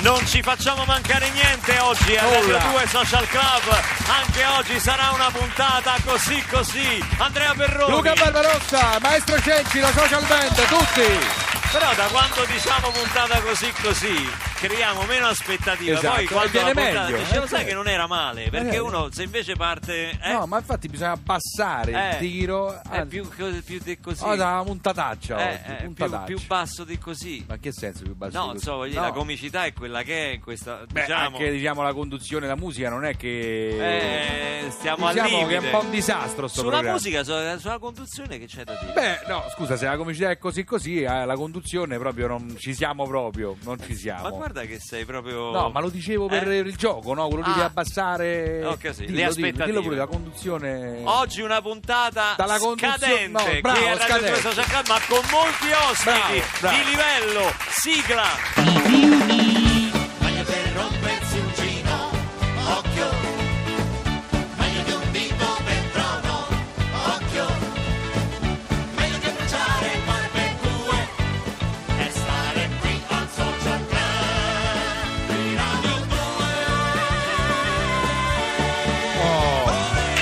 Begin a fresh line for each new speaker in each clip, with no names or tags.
Non ci facciamo mancare niente oggi a Radio 2 Social Club. Anche oggi sarà una puntata così così. Andrea Perroni.
Luca Barbarossa, Maestro Cenci, la Social Band, tutti.
Però da quando diciamo puntata così così creiamo meno aspettative.
Esatto,
Poi quando
e viene
la puntata
meglio,
dice,
eh,
lo sai
sì.
che non era male, perché
Eh,
uno se invece parte eh,
No, ma infatti bisogna abbassare
Eh.
il tiro.
è
anzi,
più, co- più di così.
Oh, da puntataccia
Eh,
oggi,
eh, più-
puntataccia.
più, basso di così.
Ma in che senso più basso?
No,
di così?
insomma, voglio dire, la comicità è quella che è in questa
Beh,
diciamo
anche diciamo la conduzione, la musica non è che
eh, stiamo al
diciamo
limite.
che è un po' un disastro sto
Sulla
programma.
musica, sulla, sulla conduzione che c'è da dire?
Beh, no, scusa, se la comicità è così così, eh, la conduzione proprio non ci siamo proprio, non ci siamo.
ma guarda che sei proprio
No, ma lo dicevo per
Eh?
il gioco, no? Quello lì di
Ah.
abbassare
Ok, sì, le
dillo, dillo,
aspettative. Oh,
dillo pure la conduzione.
Oggi una puntata
Dalla conduzione-
scadente
no,
qui
bravo,
a Radio
scadente.
2 Social Club, ma con molti ospiti
Bravo, bravo.
di livello, sigla.
Meglio per rompersi un cino, occhio. Meglio di un bimbo per trono, occhio. Meglio che bruciare barbecue e stare qui al social club di Radio 2.
Oh,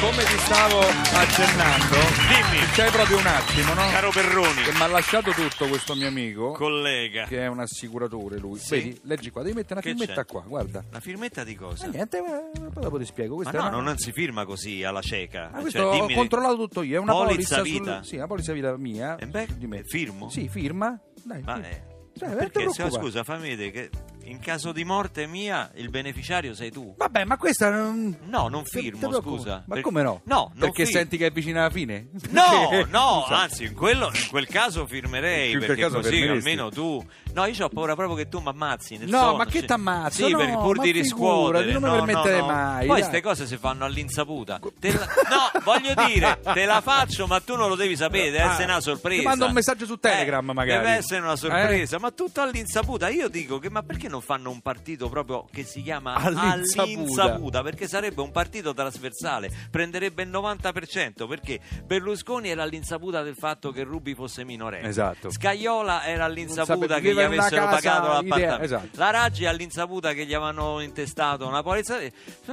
come ti stavo accennando,
Dimmi,
c'è proprio un attimo, no?
caro
Che
Perroni,
mi ha lasciato tutto questo mio amico,
collega,
che è un assicuratore lui.
Sì.
Vedi, leggi qua, devi mettere una
Che
firmetta
c'è?
qua, guarda.
la firmetta di cosa?
Eh, niente, eh, poi dopo ti spiego.
Ma
Questa
no,
è una...
non si firma così alla cieca.
Ah,
Cioè,
questo ho
dimmi-
controllato tutto io, è una
Polizza
polizza,
vita.
Sul... Sì, una polizza vita mia.
E beh, eh,
su di me.
firmo?
Sì, firma. Dai,
Ma
firma.
eh,
Cioè, non ti
perché, se-
preoccupare.
scusa, fammi vedere che in caso di morte mia il beneficiario sei tu.
Vabbè, ma questa non...
No, non
Te- te
firmo,
preoccupa.
scusa.
Ma
Per-
come no?
No, non
Perché
firmo.
senti che è vicina alla fine?
No,
Perché-
no,
Scusa.
anzi, in, quello- in quel caso firmerei
In quel
perché
caso
così
firmeresti.
almeno tu. No, io ho paura proprio che tu mi ammazzi. Nel
No,
sonno,
ma che
cioè-
t'ammazzo?
Sì,
No,
per, pur
ma
di riscuotere.
figurati, non me
no,
permettere
no, no. Poi
mai, dai.
queste cose si fanno all'insaputa. Te la- No, voglio dire, te la faccio, ma tu non lo devi sapere. Deve
Ah,
essere una sorpresa.
ti mando un messaggio su Telegram,
Eh,
magari.
Deve essere una sorpresa, ma tutto all'insaputa. Io dico che, ma perché non fanno un partito proprio che si chiama
All'insaputa.
all'insaputa? Perché sarebbe un partito trasversale, prenderebbe il 90%. Perché Berlusconi era all'insaputa del fatto che Rubi fosse minorenne.
Esatto.
Scaiola era
Non
all'insaputa
sapeva-
che gli
viveva in una
avessero
casa
pagato l'appartamento.
idea- esatto.
La Raggi è all'insaputa che gli avevano intestato una polizia.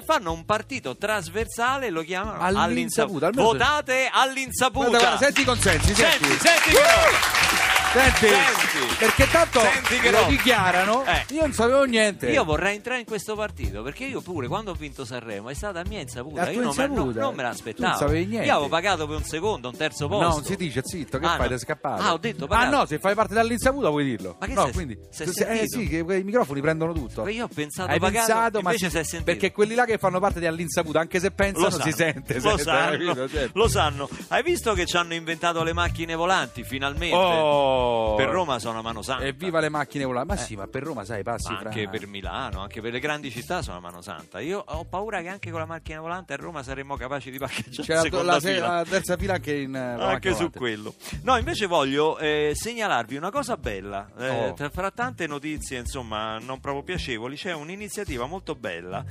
Fanno un partito trasversale e lo chiamano all'insaputa.
All'insaputa, almeno se-
Votate all'insaputa.
Guarda, guarda, senti i consensi, senti.
Senti, senti che roba.
Senti,
Senti.
perché tanto
Senti che
lo
roba.
dichiarano,
Eh.
io non sapevo niente.
Io vorrei entrare in questo partito perché io pure quando ho vinto Sanremo è stata a mia insaputa.
La
Io
tua
non, Me,
insaputa?
no, non me
Tu non
l'aspettavo.
sapevi niente.
Io avevo pagato per un secondo, un terzo posto.
No, non si dice, zitto, che
Ah,
fai?
no.
Ti è scappato.
Ah, ho detto,
Ah,
pagato.
no, se fai parte dall'insaputa puoi dirlo.
Ma che
no,
sei-
quindi.
sei
tu sei- eh
sentito?
sì, che quei- i microfoni prendono tutto.
Io ho pensato
Hai
pagato,
pensato, ma
invece
si-
si è sentito.
Perché quelli là che fanno parte dell'insaputa, anche se pensano,
lo sanno,
si sente.
lo,
sente,
sanno,
capito? Certo.
lo sanno. Hai visto che ci hanno inventato le macchine volanti finalmente?
Oh.
Per Roma sono a mano santa.
Evviva le macchine volanti. Ma sì, ma per Roma, sai, passi
Ma
fra.
anche per Milano, anche per le grandi città sono a mano santa. Io ho paura che anche con la macchina volante a Roma saremmo capaci di parcheggiare
C'è
in
Certo,
seconda
la, la-
fila.
la terza fila anche in. eh, la
anche
macchina
su
volante.
quello. No, invece voglio eh, segnalarvi una cosa bella. Eh,
Oh.
tra- fra tante notizie, insomma, non proprio piacevoli, c'è un'iniziativa molto bella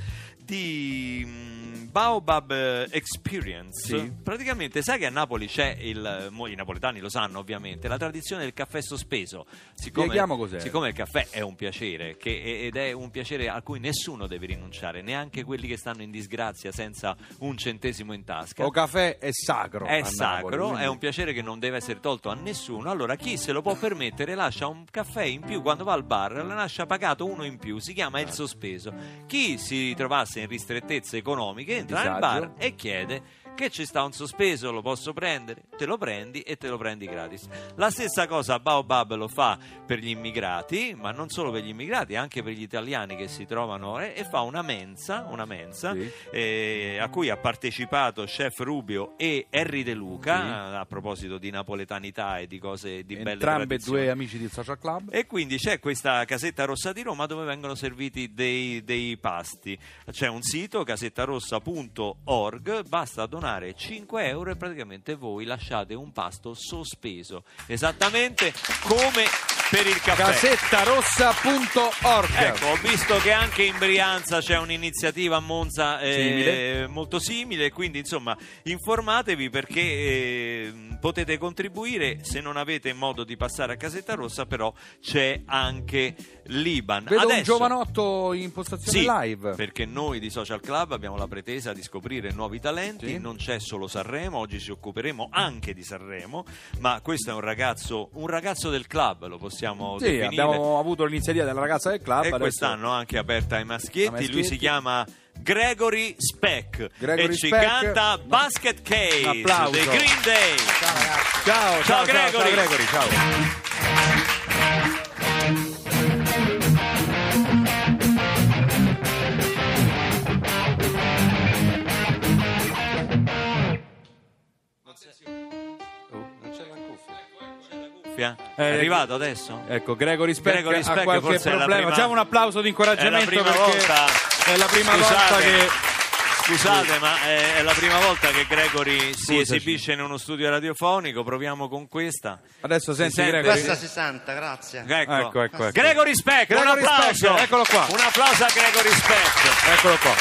di mm, Baobab eh, Experience.
Sì.
Praticamente, sai che a Napoli c'è il. mo I napoletani lo sanno, ovviamente, la tradizione del caffè sospeso.
Spieghiamo cos'è.
siccome il caffè è un piacere, che- ed è un piacere a cui nessuno deve rinunciare, neanche quelli che stanno in disgrazia senza un centesimo in tasca.
O caffè è sacro. a
È
Napoli,
sacro,
quindi-
è un piacere che non deve essere tolto a nessuno. Allora, chi se lo può permettere lascia un caffè in più quando va al bar, lo lascia pagato uno in più. Si chiama il sospeso. Chi si trovasse in ristrettezze economiche entra nel
disagio.
bar e chiede. Che ci sta un sospeso, lo posso prendere? Te lo prendi e te lo prendi gratis. La stessa cosa Baobab lo fa per gli immigrati, ma non solo per gli immigrati, anche per gli italiani che si trovano eh, e fa una mensa, una mensa
Sì.
eh, a cui ha partecipato Chef Rubio e Henry De Luca
Sì.
a proposito di napoletanità e di cose di belle
Entrambe
tradizioni.
due amici del social club.
E quindi c'è questa casetta rossa di Roma dove vengono serviti dei, dei pasti. C'è un sito casettarossa.org, basta donare 5 euro e praticamente voi lasciate un pasto sospeso, esattamente come per il caffè.
Casettarossa.org
Ecco, ho visto che anche in Brianza c'è un'iniziativa a Monza eh,
Simile.
molto simile, quindi insomma informatevi perché eh, potete contribuire se non avete modo di passare a Casetta Rossa, però c'è anche l'Iban.
Vedo
Adesso-
un giovanotto in postazione
sì,
live.
perché noi di Social Club abbiamo la pretesa di scoprire nuovi talenti,
Sì.
non c'è solo Sanremo, oggi ci occuperemo anche di Sanremo, ma questo è un ragazzo, un ragazzo del club, lo possiamo
Sì,
definire.
abbiamo avuto l'iniziativa della ragazza del club.
e
adesso-
quest'anno anche aperta ai maschietti.
Ai maschietti.
Lui si chiama Gregory Speck
Gregory
e ci
Speck.
canta
Un-
Basket Case
un applauso.
dei Green Day.
Ciao, ragazzi. ciao,
Ciao,
ciao, ciao,
Gregory.
ciao, Gregory, ciao. Oh,
Fia- È
Eh,
arrivato adesso?
Ecco, Gregory Speck
Gregory Speck
ha qualche
forse è la
problema.
prima-
Facciamo un applauso di
È la
incoraggiamento
prima
perché
volta.
è la prima volta
Scusate.
che
Scusate, ma è, è la prima volta che Gregory si
Scusaci.
esibisce in uno studio radiofonico. Proviamo con questa.
adesso senti
sente?
Gregory.
Questa
Questa 60, grazie.
Ecco,
Ecco, ecco, ecco.
Gregory Speck,
Gregory
un applauso.
Speck, eccolo qua.
Un applauso a Gregory Speck.
Eccolo qua.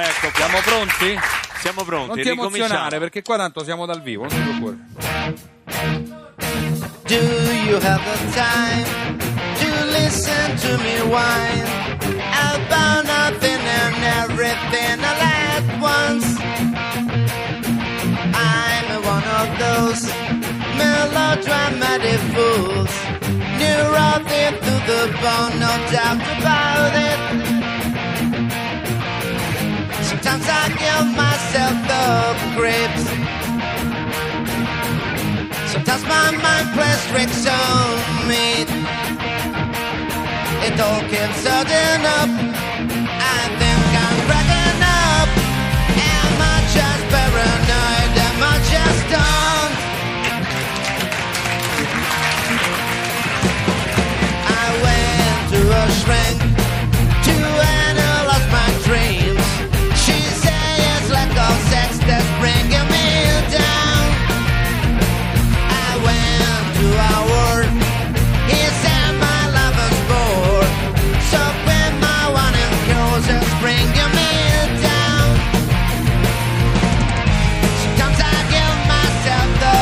Ecco, qua.
Siamo pronti?
siamo pronti.
Non ti
ricominciamo.
emozionare perché qua tanto siamo dal vivo, non ti preoccupare.
Do you have the time to listen to me whine about nothing and everything all at once? I'm one of those melodramatic fools, neurotic to the bone, no doubt about it. Sometimes I give myself the creeps. Sometimes my mind plays tricks on me. It all keeps sudden up. I think I'm cracking up. Am I just paranoid? Am I just dumb? I went to a shrink to analyze my dreams. She said it's like all sex that's bringing me down. I went to our He's at my lover's door So when my one and yours is bringing me down Sometimes I give myself the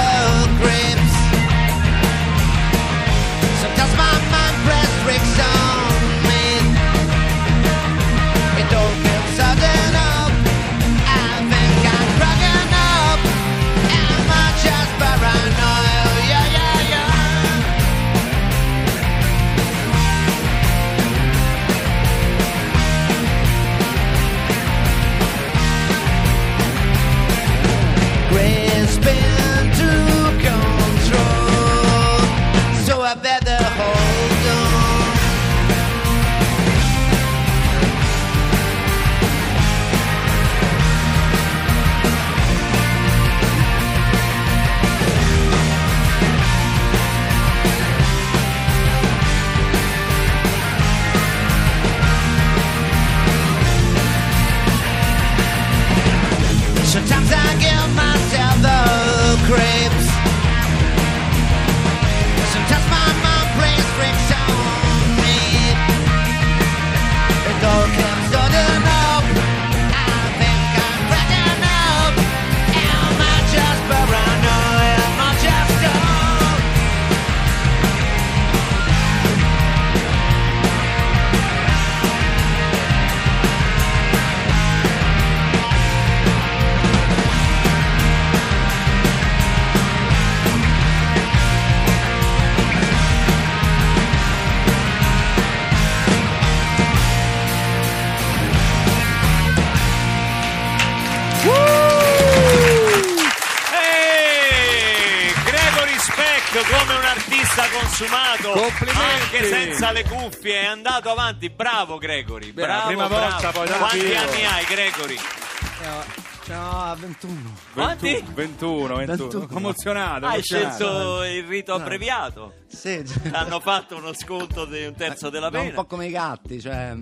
grips Sometimes my mind press tricks on me It all feels sudden up I think I'm cracking up Am I just paranoid? Yeah, yeah, yeah. Grasping to control, so I better hold on. Sometimes I give myself the creeps. Sometimes my mind plays tricks on me. It all comes sudden up. I think I'm cracking up. Am I just paranoid? Am I just dumb?
Ehi, Gregory Speck come un artista consumato
Complimenti.
anche senza le cuffie è andato avanti bravo Gregory
la
bravo,
prima
bravo.
volta poi dal
quanti
vivo.
anni hai Gregory?
No, 21.
Quanti?
21, 21, 21. Emozionato,
hai
emozionato.
scelto il rito
Ah.
abbreviato
Sì,
cioè,
hanno fatto uno sconto di un terzo della
un po'
pena
come i gatti, cioè.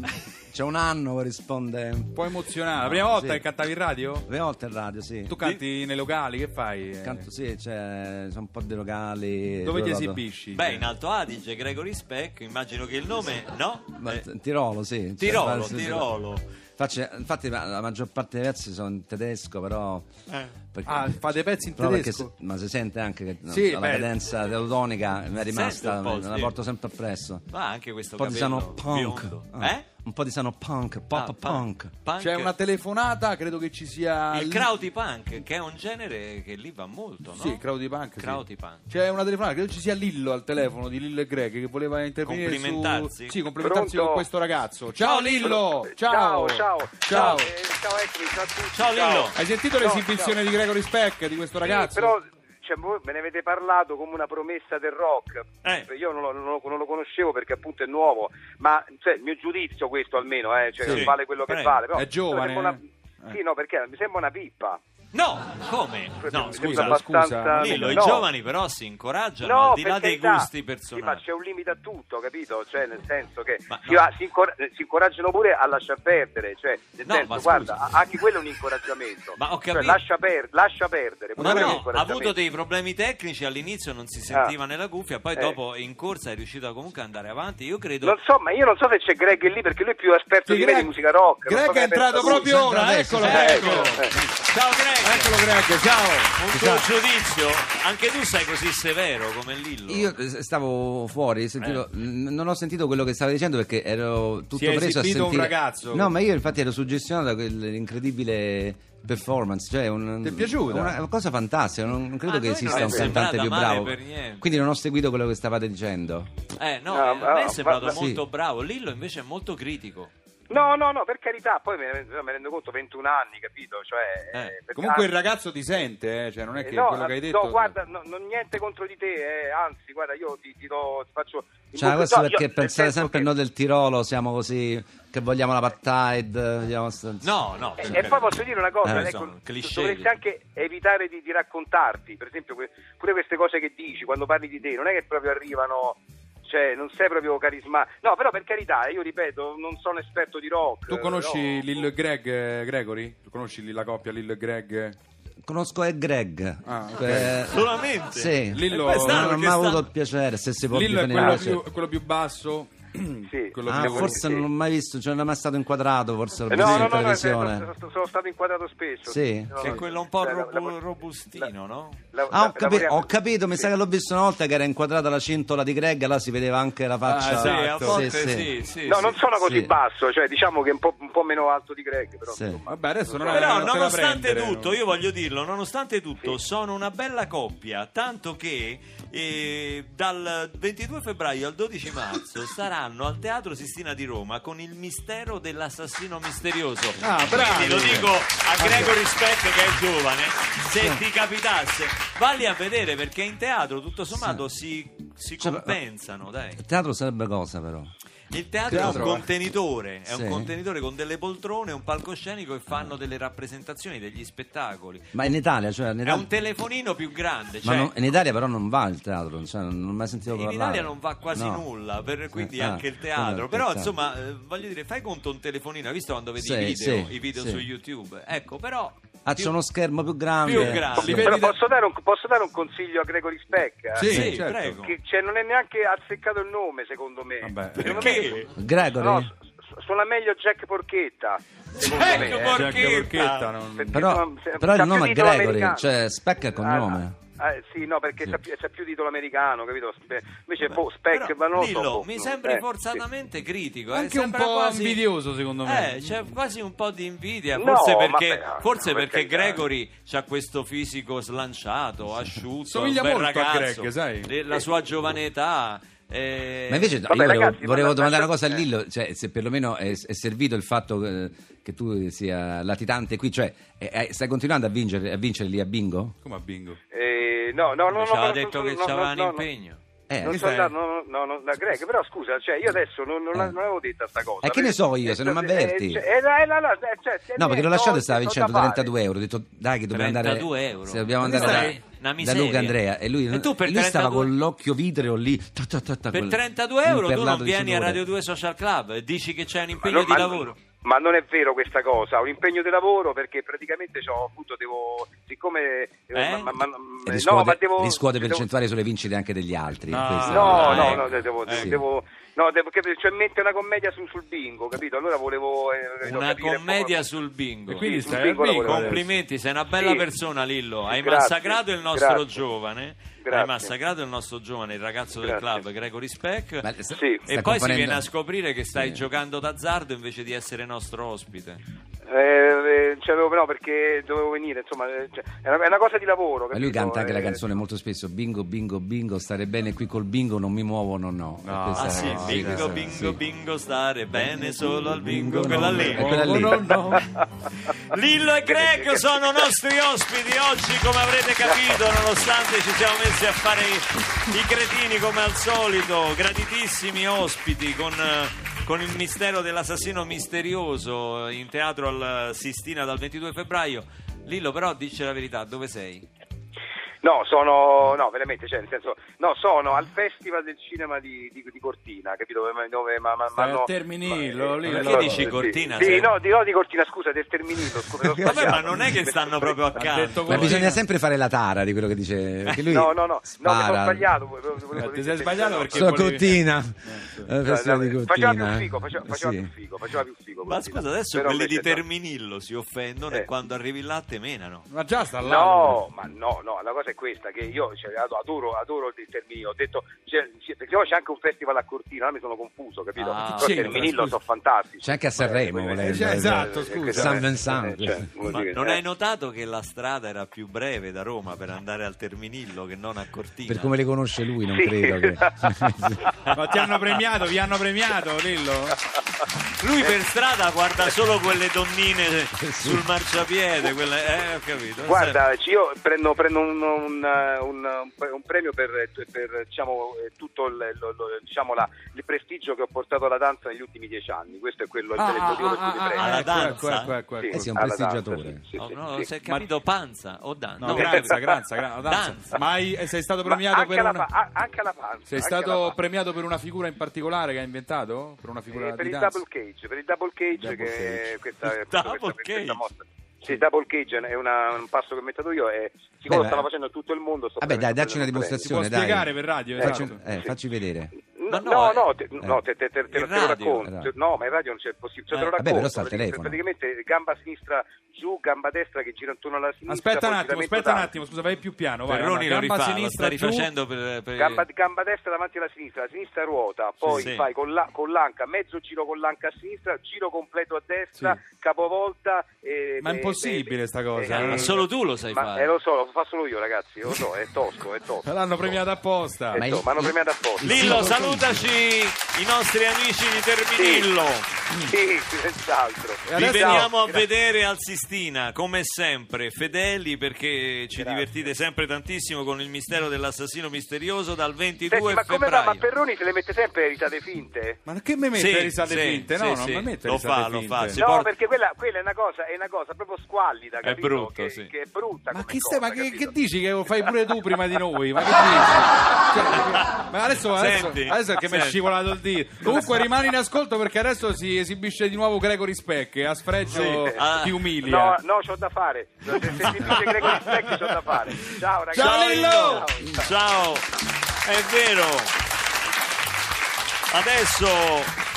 C'è un anno che risponde.
Un po' emozionata. La
No,
prima volta
Ah, sì.
che cantavi in radio?
Le volte in radio, sì.
Tu canti nei locali, che fai?
Canto sì, c'è sono un po' di locali.
Eh. Dove ti
vado-
esibisci?
Beh, in Alto Adige, Gregory Speck, immagino che il nome, no?
Ma
Eh,
in Tirolo, sì. Cioè,
Tirolo,
Sì,
Tirolo.
Faccio- infatti ma- la maggior parte dei pezzi sono in tedesco, però...
Eh.
perché-
Ah, fa dei pezzi in
però perché
tedesco?
se- ma si sente anche che no,
Sì,
la
beh.
cadenza teutonica mi è rimasta,
un po',
me la
sì.
porto sempre appresso.
Ma anche questo
un po' di sano
capello
diciamo punk.
biondo.
Ah,
Eh?
Un po' di sano punk, pop
Ah,
punk.
punk.
C'è una telefonata, credo che ci sia...
il
lì-
crowdy punk, che è un genere che lì va molto, no?
Sì, il Crowdy Punk. sì.
Crowdy punk.
C'è una telefonata, credo ci sia Lillo al telefono di Lillo e Greg che voleva intervenire su-
Complimentarsi.
Sì, complimentarsi
Pronto?
con questo ragazzo. Ciao Lillo! Ciao!
ciao, ciao,
Ciao.
eh, ciao, eccomi, ciao a tutti.
Ciao, Lillo.
Hai sentito
No,
l'esibizione di
ciao.
Gregory Speck, di questo
Sì,
ragazzo?
però cioè, voi me ne avete parlato come una promessa del rock.
Eh.
Io non lo, non lo- non lo conoscevo perché appunto è nuovo, ma cioè, il mio giudizio questo almeno, eh, cioè,
Sì.
vale quello che
Prego.
vale. Però,
È giovane,
mi sembra
eh?
una- Sì, no, perché mi sembra una pippa.
No, come? No,
Mi sembra
scusa.
abbastanza-
Lillo, i
no.
giovani però si incoraggiano
No,
al di là
per
dei
carità.
gusti
Sì,
personali.
ma c'è un limite a tutto, capito? Cioè, nel senso che
Ma
si,
no.
va- si incor- eh, si incoraggiano pure a lasciar perdere. Cioè,
No,
nel
ma
senso,
scusa.
guarda, a- anche quello è un incoraggiamento.
Ma ho
Cioè,
capito.
lascia, per- lascia perdere. pure
Ma
quello è un
no, ha
incoraggiamento.
avuto dei problemi tecnici all'inizio, non si sentiva
Ah.
nella cuffia, poi
Eh.
dopo in corsa è riuscito comunque ad andare avanti. Io credo.
Non so, ma io non so se c'è Greg lì perché lui è più esperto
Sì,
di me
Greg-
di musica rock. non
Greg
so
è
che ne pensa
entrato
lui.
proprio
Sì,
ora,
sì,
eccolo,
sì,
Eh,
Greg.
ecco,
Eccolo
eh.
Ciao Greg,
Greg, ciao.
un tuo giudizio. Anche tu sei così severo come Lillo.
Io eh, stavo fuori, sentivo- n- non ho sentito quello che stavi dicendo perché ero tutto
Si è
preso a
esibito
sentire
un ragazzo.
No, ma io infatti ero suggestionato da quell'incredibile performance, cioè un-
Ti è piaciuta?
Una, una cosa fantastica, non, non credo
A
che
noi non è
esista un
sembrata
cantante più
male
bravo.
per niente.
Quindi non ho seguito quello che stavate dicendo.
Eh, no,
No,
eh, a me è
no,
sembrato
guarda-
molto
sì.
bravo. Lillo invece è molto critico.
No, no, no, per carità, poi me ne, me ne rendo conto 21 anni, capito? Cioè,
Eh,
eh, per
Comunque il
tanti-
ragazzo ti sente, eh? cioè non è
Eh,
che
no,
quello che hai
no,
detto...
guarda, no, non niente contro di te, eh, anzi, guarda, io ti, ti do, ti faccio...
Cioè,
no,
questo
io-
perché
nel
pensate
senso
sempre
che-
noi del Tirolo siamo così che vogliamo l'apartheid, vogliamo sta-
No, no.
Eh, E, e poi posso dire una cosa,
Eh,
ecco,
sono cliché.
dovresti anche evitare di, di raccontarti, per esempio, que- pure queste cose che dici quando parli di te, non è che proprio arrivano, cioè non sei proprio carismatico. No, però per carità, eh, io ripeto, non sono esperto di rock.
Tu conosci
no.
Lillo e Greg, eh, Gregory? Tu conosci lì la coppia Lillo e Greg?
Conosco Ed Greg.
Ah, ok.
Eh,
Solamente.
Sì.
Lillo-
E poi è
Ma
strano
non ho
perché
mai
sta-
avuto il piacere, se si può
Lillo è
definire
quello
piacere.
più, quello più basso?
Sì.
Quello
Ah,
più-
Devo-
forse
sì.
non l'ho mai visto, cioè non è mai stato inquadrato, forse l'ho
Eh,
visto
No,
in
no, no, no, eh,
televisione.
sono, sono stato inquadrato spesso.
Sì.
No,
Che è
no,
quello un po'
Cioè, la- la-
robu-
la-
robustino, no?
la-
Ah, ho,
la-
capi-
lavoriamo-
ho capito, mi
sì.
sa che l'ho visto una volta che era inquadrata la cintola di Greg, là si vedeva anche la faccia.
Ah,
Eh, Sì, a
Esatto.
volte sì,
Sì,
sì.
No,
sì.
non sono così
Sì.
basso, cioè diciamo che è un po', un po' meno alto di Greg, però.
Sì.
insomma.
Vabbè, adesso non è
Però,
non te la
nonostante
prendere,
tutto, io voglio dirlo, nonostante tutto, sono una bella coppia, tanto che eh, dal 22 febbraio al 12 marzo saranno al Teatro Sistina di Roma con il mistero dell'assassino misterioso.
Ah, bravi!
Quindi lo dico a Gregory Speck che è giovane, se ti capitasse, valli a vedere perché in teatro tutto sommato si, si
Cioè,
compensano, dai.
Il teatro sarebbe cosa però?
Il teatro,
Teatro,
è un
eh.
contenitore, è
Sì.
un contenitore con delle poltrone, un palcoscenico e fanno delle rappresentazioni, degli spettacoli.
Ma in Italia, cioè, in
È
Italia-
un telefonino più grande,
ma
cioè
non- in Italia però non va il teatro, cioè, non ho mai sentito
in
parlare.
Italia non va quasi
No.
nulla, per- quindi
Eh, ah,
anche il
quello
teatro.
è
Però
peccato.
insomma, eh, voglio dire, fai conto un telefonino, hai visto quando vedi i
Sì,
video,
sì,
i video
sì.
su YouTube? Ecco, però...
Ah,
più-
c'è uno schermo più grande.
più grande.
Sì.
Li
Però
vedi da-
posso dare, un, posso dare un consiglio a Gregory Speck? eh?
Sì,
Sì,
certo.
prego.
Che, cioè, non è neanche azzeccato il nome, secondo me.
Vabbè,
Secondo
Perché?
me-
Gregory?
no, su- suona meglio Jack Porchetta. secondo
Jack
me, eh.
Certo, Porchetta.
Cioè, anche Porchetta non...
Perché
Mm, Però,
sono- se-
però il
c'ha più
nome è
titolo
Gregory,
americano.
cioè Speck è il cognome.
Ah, ah, sì, no, perché c'è, più, c'è più titolo americano, capito? Spe- Invece, boh,
Però,
Speck, ma non lo so,
Lillo,
boh,
mi
no,
sembri
eh,
forzatamente critico. eh,
Anche un
sembra
po'
quasi-
invidioso, secondo me.
Eh, c'è quasi un po' di invidia.
No,
Forse perché,
vabbè,
forse
per
perché
carità.
Gregory ha questo fisico slanciato, asciutto.
Somiglia
un bel
molto a
ragazzo,
Greg, sai?
le- La sua giovane età. eh,
Ma invece
Vabbè, eh.
io volevo,
ragazzi, ma
volevo
la-
domandare
la-
una cosa a Lillo, cioè, se perlomeno è, è servito il fatto eh, che tu sia latitante qui, cioè eh, eh, stai continuando a vincere, a vincere lì a bingo?
Come a bingo?
eh, no, no, no,
ci
no,
aveva
no,
detto
no,
che
no,
c'aveva
no,
un
no.
impegno.
Eh,
non
questa
sono
è-
andato, no, no, no, da Greg, però scusa, cioè io adesso non, non, la-
Eh.
non avevo detta sta cosa. eh,
Eh, che ne so io, se non mi avverti.
cioè,
No, perché l'ho lasciato e stava vincendo 32 euro. Ho detto, dai, che dobbiamo andare.
32 euro.
Se dobbiamo
Questa
andare
è
da,
una
da
miseria.
Luca Andrea. E lui,
E tu per
lui stava
32
con l'occhio vitreo lì. ta, ta, ta, ta,
Per
Ah, quel-
32 euro tu non
imperlato di
vieni a
sudore.
Radio 2 Social Club e dici che c'è un impegno di lavoro.
Ma non è vero questa cosa, ho un impegno di lavoro perché praticamente c'ho, appunto devo, siccome...
Eh?
ma- ma- ma-
E riscuote,
no, ma devo...
riscuote
devo-
percentuali sulle vincite anche degli altri.
No,
Questa-
No,
Ah,
no,
ecco.
no, devo,
Sì.
devo, no, devo che cioè, mette una commedia su, sul bingo, capito? Allora volevo eh, capito,
Una
capire un po'
commedia
come-
sul bingo.
E quindi
Sì,
stai
sul
al
piccolo
bingo
volevo
adesso.
Complimenti, sei una bella
Sì.
persona Lillo, hai
Grazie,
massacrato il nostro
grazie.
giovane, hai
Grazie.
massacrato il nostro giovane, il ragazzo del
Grazie.
club Gregory Speck
Ma sta-
Sì.
sta
e poi si
componendo-
viene a scoprire che stai
Sì.
giocando d'azzardo invece di essere nostro ospite.
Eh, eh, cioè, avevo- no, perché dovevo venire, insomma, eh, cioè, è, una, è una cosa di lavoro.
Ma lui
capito?
canta anche la
Eh,
canzone molto spesso Bingo, bingo, bingo, stare bene qui col bingo, non mi muovo, no, no.
No.
Questa-
Ah sì,
sì,
bingo,
questa-
bingo,
sì.
bingo, stare bene solo al bingo, quella
no,
lì.
È quella lì.
No, no, Oh, no.
Lillo e Greg sono nostri ospiti oggi, come avrete capito, nonostante ci siamo messi a fare i, i cretini come al solito, graditissimi ospiti con, eh, con il mistero dell'assassino misterioso eh, in teatro al Sistina dal 22 febbraio. Lillo però dice la verità, dove sei?
No, sono, no, veramente, cioè, nel senso, no, sono al Festival del Cinema di, di- di Cortina, capito? Dove, dove ma, ma,
Stai
ma no-
a Terminillo,
ma-
lì,
perché
no,
dici
sì.
Cortina,
Sì,
se-
no, di, no, di Cortina, scusa, del Terminillo, scusa, l'ho
Vabbè, ma
sbagliato.
non è che stanno
Ah,
proprio
Ha detto
accanto.
Ma
Cortina.
bisogna sempre fare la tara di quello che dice. perché lui
No, no, no, no, mi sono
spara.
sbagliato. volevo- volevo-
Eh, ti sei sbagliato perché
Sulla
volevi-
cortina. Eh,
Eh,
festival di
no,
Cortina,
Faceva più
eh.
figo, faceva, faceva
Sì.
più figo, faceva più figo.
Ma
Cortina.
scusa, adesso
Però
quelli di
invece no.
Terminillo si offendono e
Eh.
quando arrivi là te menano.
Ma già sta là.
No, ma no, no, la cosa è questa, che io cioè, ad- adoro, adoro il Terminillo, ho detto, cioè, c- perché poi c'è anche un festival a Cortina, allora mi sono confuso, capito?
Ah,
Però
sì,
il Terminillo
scusa.
sono fantastici.
C'è anche a Sanremo,
Eh,
volendo.
cioè, esatto, scusa.
questo
San
è-
Vincent.
eh, cioè, vuol
Ma
dire-
non
eh.
hai notato che la strada era più breve da Roma per andare al Terminillo che non a Cortina?
Per come le conosce lui, non
Sì.
credo che. Eh,
Ma ti hanno premiato, vi hanno premiato, Lillo?
Lui per strada guarda solo quelle donnine sul marciapiede, quelle... eh, ho capito.
Guarda, ci- io prendo, prendo un, un, eh, un, eh, un pre- un premio per, per, diciamo, eh, tutto il, lo- lo- diciamo, la- il prestigio che ho portato alla danza negli ultimi dieci anni. Questo è quello il
Ah,
motivo per cui mi
ah,
prendo.
ah,
Alla
ah, ecco,
danza?
ecco, ecco, ecco.
Eh sì, è un
alla danza,
prestigiatore.
sì, sì,
Oh,
sì,
no,
sì.
si è capito panza o danza?
No, Granza, Granza, Granza, danza.
Danza.
Ma hai- sei stato
Ma
premiato
anche
per
alla
una...
pa- a- anche alla panza.
Sei
anche
stato
alla panza.
premiato per una figura in particolare che hai inventato? Per una figura
Eh, per
di
il
danza?
double cage, per il double cage
Double
che
cage.
è questa,
Il
questa-
double
questa- questa
cage.
mossa. Sì, il double cage è una- un passo che ho inventato io e siccome
Beh,
lo stanno
ma-
facendo in tutto il mondo... sto
Vabbè, dai,
prendendo
dacci una
quello che
dimostrazione.
Si può
dai.
spiegare per radio,
Facci,
esatto.
eh, facci vedere.
Ma
No,
no,
no,
eh,
no, te, no,
eh.
te, te, te- te-
Il
te lo
radio.
racconto. Cioè,
Radio.
No, ma in radio non c'è possibile. Cioè,
Eh.
te lo
Vabbè,
racconto.
però sta al
perché
telefono.
Praticamente gamba sinistra giù, gamba destra che gira intorno alla sinistra.
Aspetta un
poi
attimo,
giramento
aspetta un
d'arco.
attimo, scusa, vai più piano. Vai,
Perroni
allora,
lo rifà,
gamba
lo sta
sinistra giù.
rifacendo per... per-
Gamba, gamba destra davanti alla sinistra, la sinistra ruota, poi
sì.
fai con, la- con l'anca, mezzo giro con l'anca a sinistra, giro completo a destra,
Sì.
capovolta. e-
Ma è
e-
impossibile
e-
sta cosa,
eh, ma solo tu lo sai
ma-
fare.
Eh, lo so, lo fa solo io ragazzi, lo so, è tosco, è tosco.
L'hanno premiato apposta.
Eh,
Ma
so,
il-
ma hanno premiato apposta.
Lillo, salutaci i nostri amici di Terminillo.
Sì, senz'altro.
E
Vi
adesso-
veniamo a
Grazie.
vedere al Sistina, come sempre, fedeli perché ci divertite sempre tantissimo con il mistero dell'assassino misterioso dal 22
Senti, ma come va?
febbraio.
Ma Perroni se le mette sempre le risate finte?
Ma che mi mette
Sì,
le risate
sì,
finte? No,
sì,
non
sì.
mi mette
Lo
le risate
fa, lo
finte.
fa, sì. Si
no,
porta-
perché quella, quella è, una cosa, è una cosa proprio squallida, capito?
brutto,
che,
sì.
che è brutta
Ma,
come
chi stai- ma
cosa,
che,
capito?
che dici che lo fai pure tu prima di noi? Ma che dici? Cioè, ma adesso, adesso,
Senti,
adesso è che mi è
senti.
scivolato il dito. Comunque rimani in ascolto perché adesso si esibisce di nuovo Gregory Speck. A sfregio
Sì.
Ah.
ti umilia.
No, no, c'ho da fare. Se se si dice Gregory Speck c'ho da fare. Ciao ragazzi.
Ciao, Lillo!
Ciao.
Ciao, è vero. Adesso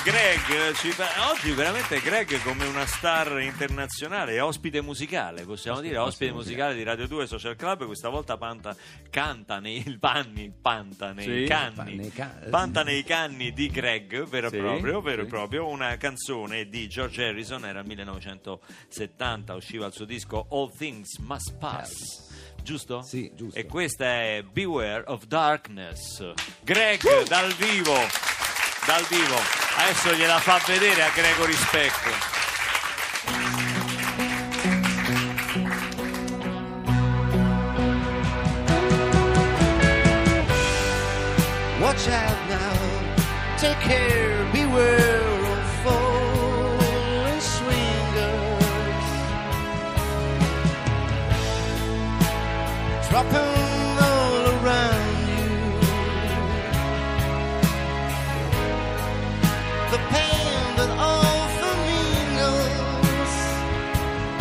Greg, ci fa- oggi veramente Greg come una star internazionale, è ospite musicale, possiamo dire, ospite musicale di Radio 2 Social Club, questa volta panta- canta nei il panni, panta nei
Sì.
canni,
Nei ca-
panta nei canni di Greg, vero
Sì,
e proprio, vero e
sì.
proprio, una canzone di George Harrison, era 1970, usciva il suo disco All Things Must Pass. Giusto?
Sì, giusto.
E questa è Beware of Darkness. Greg dal vivo, dal vivo. Adesso gliela fa vedere a Gregory Speck.
Whoa, child now. Take care, beware of falling swingers. Drop 'em all around you. The pain that often mingles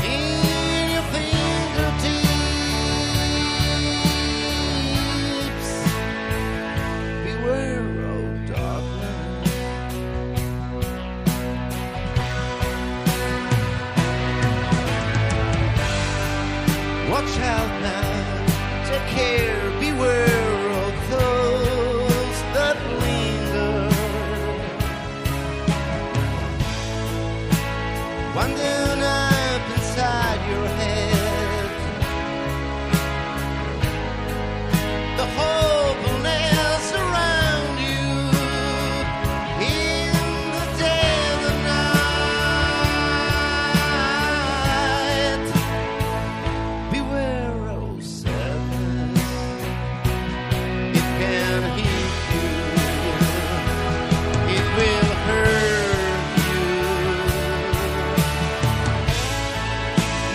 in your fingertips. Beware, oh darkness. Watch out now, take care, beware of those that linger. Wandering up inside your head. The hopelessness around you in the dead of night. Beware, oh sadness, it can hit you, it will hurt you,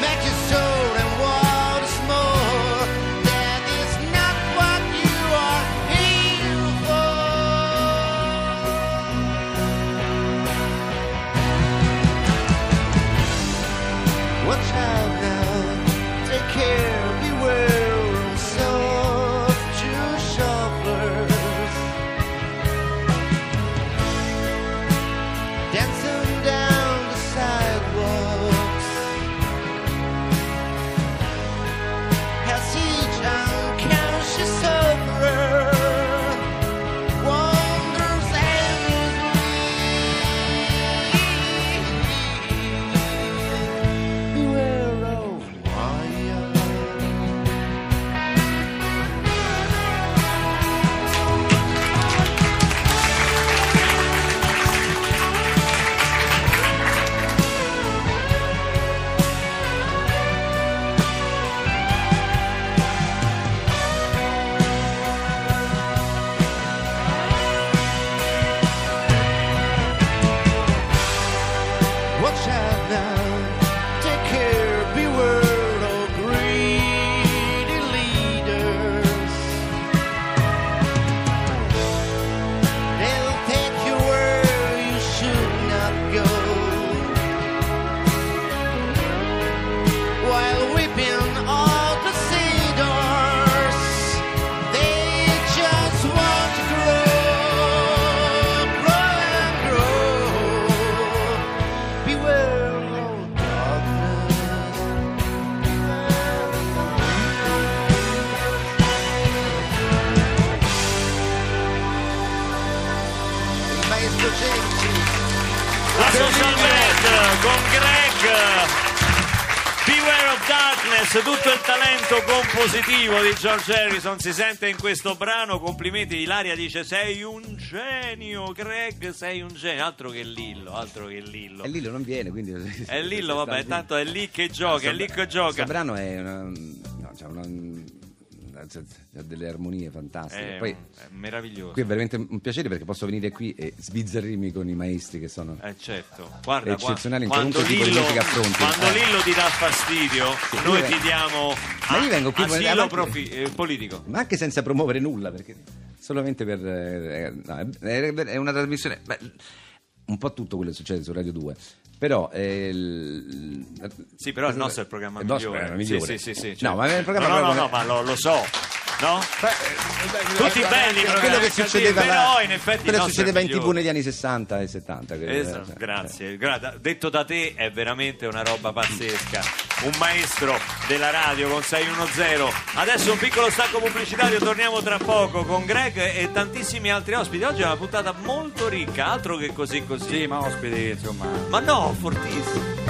make you sore and what is more, that is not what you are here for. Watch out now, take care, beware of soft shoe shufflers. Dancing down the sidewalks. Has each unconscious sufferer wanders aimlessly. Beware of liars. Watch out now. Take care, beware of greedy leaders. They'll take you where you should not go. While weeping all the cedars, they just want to grow, grow and grow. Beware of darkness. Il maestro Genci.
La social band con Greg. Beware of Darkness, tutto il talento compositivo di George Harrison si sente in questo brano. Complimenti, Ilaria dice: Sei un genio, Greg, sei un genio. Altro che Lillo, altro che Lillo.
E Eh, Lillo non viene, quindi...
È Lillo, vabbè, tanto è lì che gioca, è lì che
Questo
gioca.
brano è una... No, c'ha una... c'ha- c'ha delle armonie fantastiche.
È,
Poi
Ehm, è meraviglioso.
qui è veramente un piacere perché posso venire qui e sbizzarrirmi con i maestri che sono...
Eh certo, guarda,
È eccezionale in
qua- quando
qualunque tipo di
Lillo,
musica affronti.
Quando
Eh.
Lillo ti dà fastidio,
io
noi
vengo-
ti diamo
Ma
a-
io vengo qui
asilo
avanti-
profi- eh, politico.
Ma anche senza promuovere nulla, perché solamente per... eh, no, è, è una trasmissione... beh, un po' tutto quello che succede su Radio 2, però... eh, il- eh,
Sì, però il nostro è il programma
Il nostro
migliore.
è il
Sì,
migliore.
sì, sì, sì, cioè. certo.
No, ma è il
No,
programma
no, no,
proprio-
no, ma lo, lo so. No? Tutti
Eh,
belli i
quello
programmi, Cioè,
che succedeva,
però
là-
in effetti il
quello che
nostro è
succedeva in
migliore.
tv negli anni eh, 60 e 70 quello era-
Esatto, grazie, Guarda, detto da te è veramente una roba pazzesca. Un maestro della radio con 610. Adesso un piccolo stacco pubblicitario, torniamo tra poco con Greg e tantissimi altri ospiti. Oggi è una puntata molto ricca, altro che così così.
Sì, ma ospiti, insomma.
Ma no, fortissimo.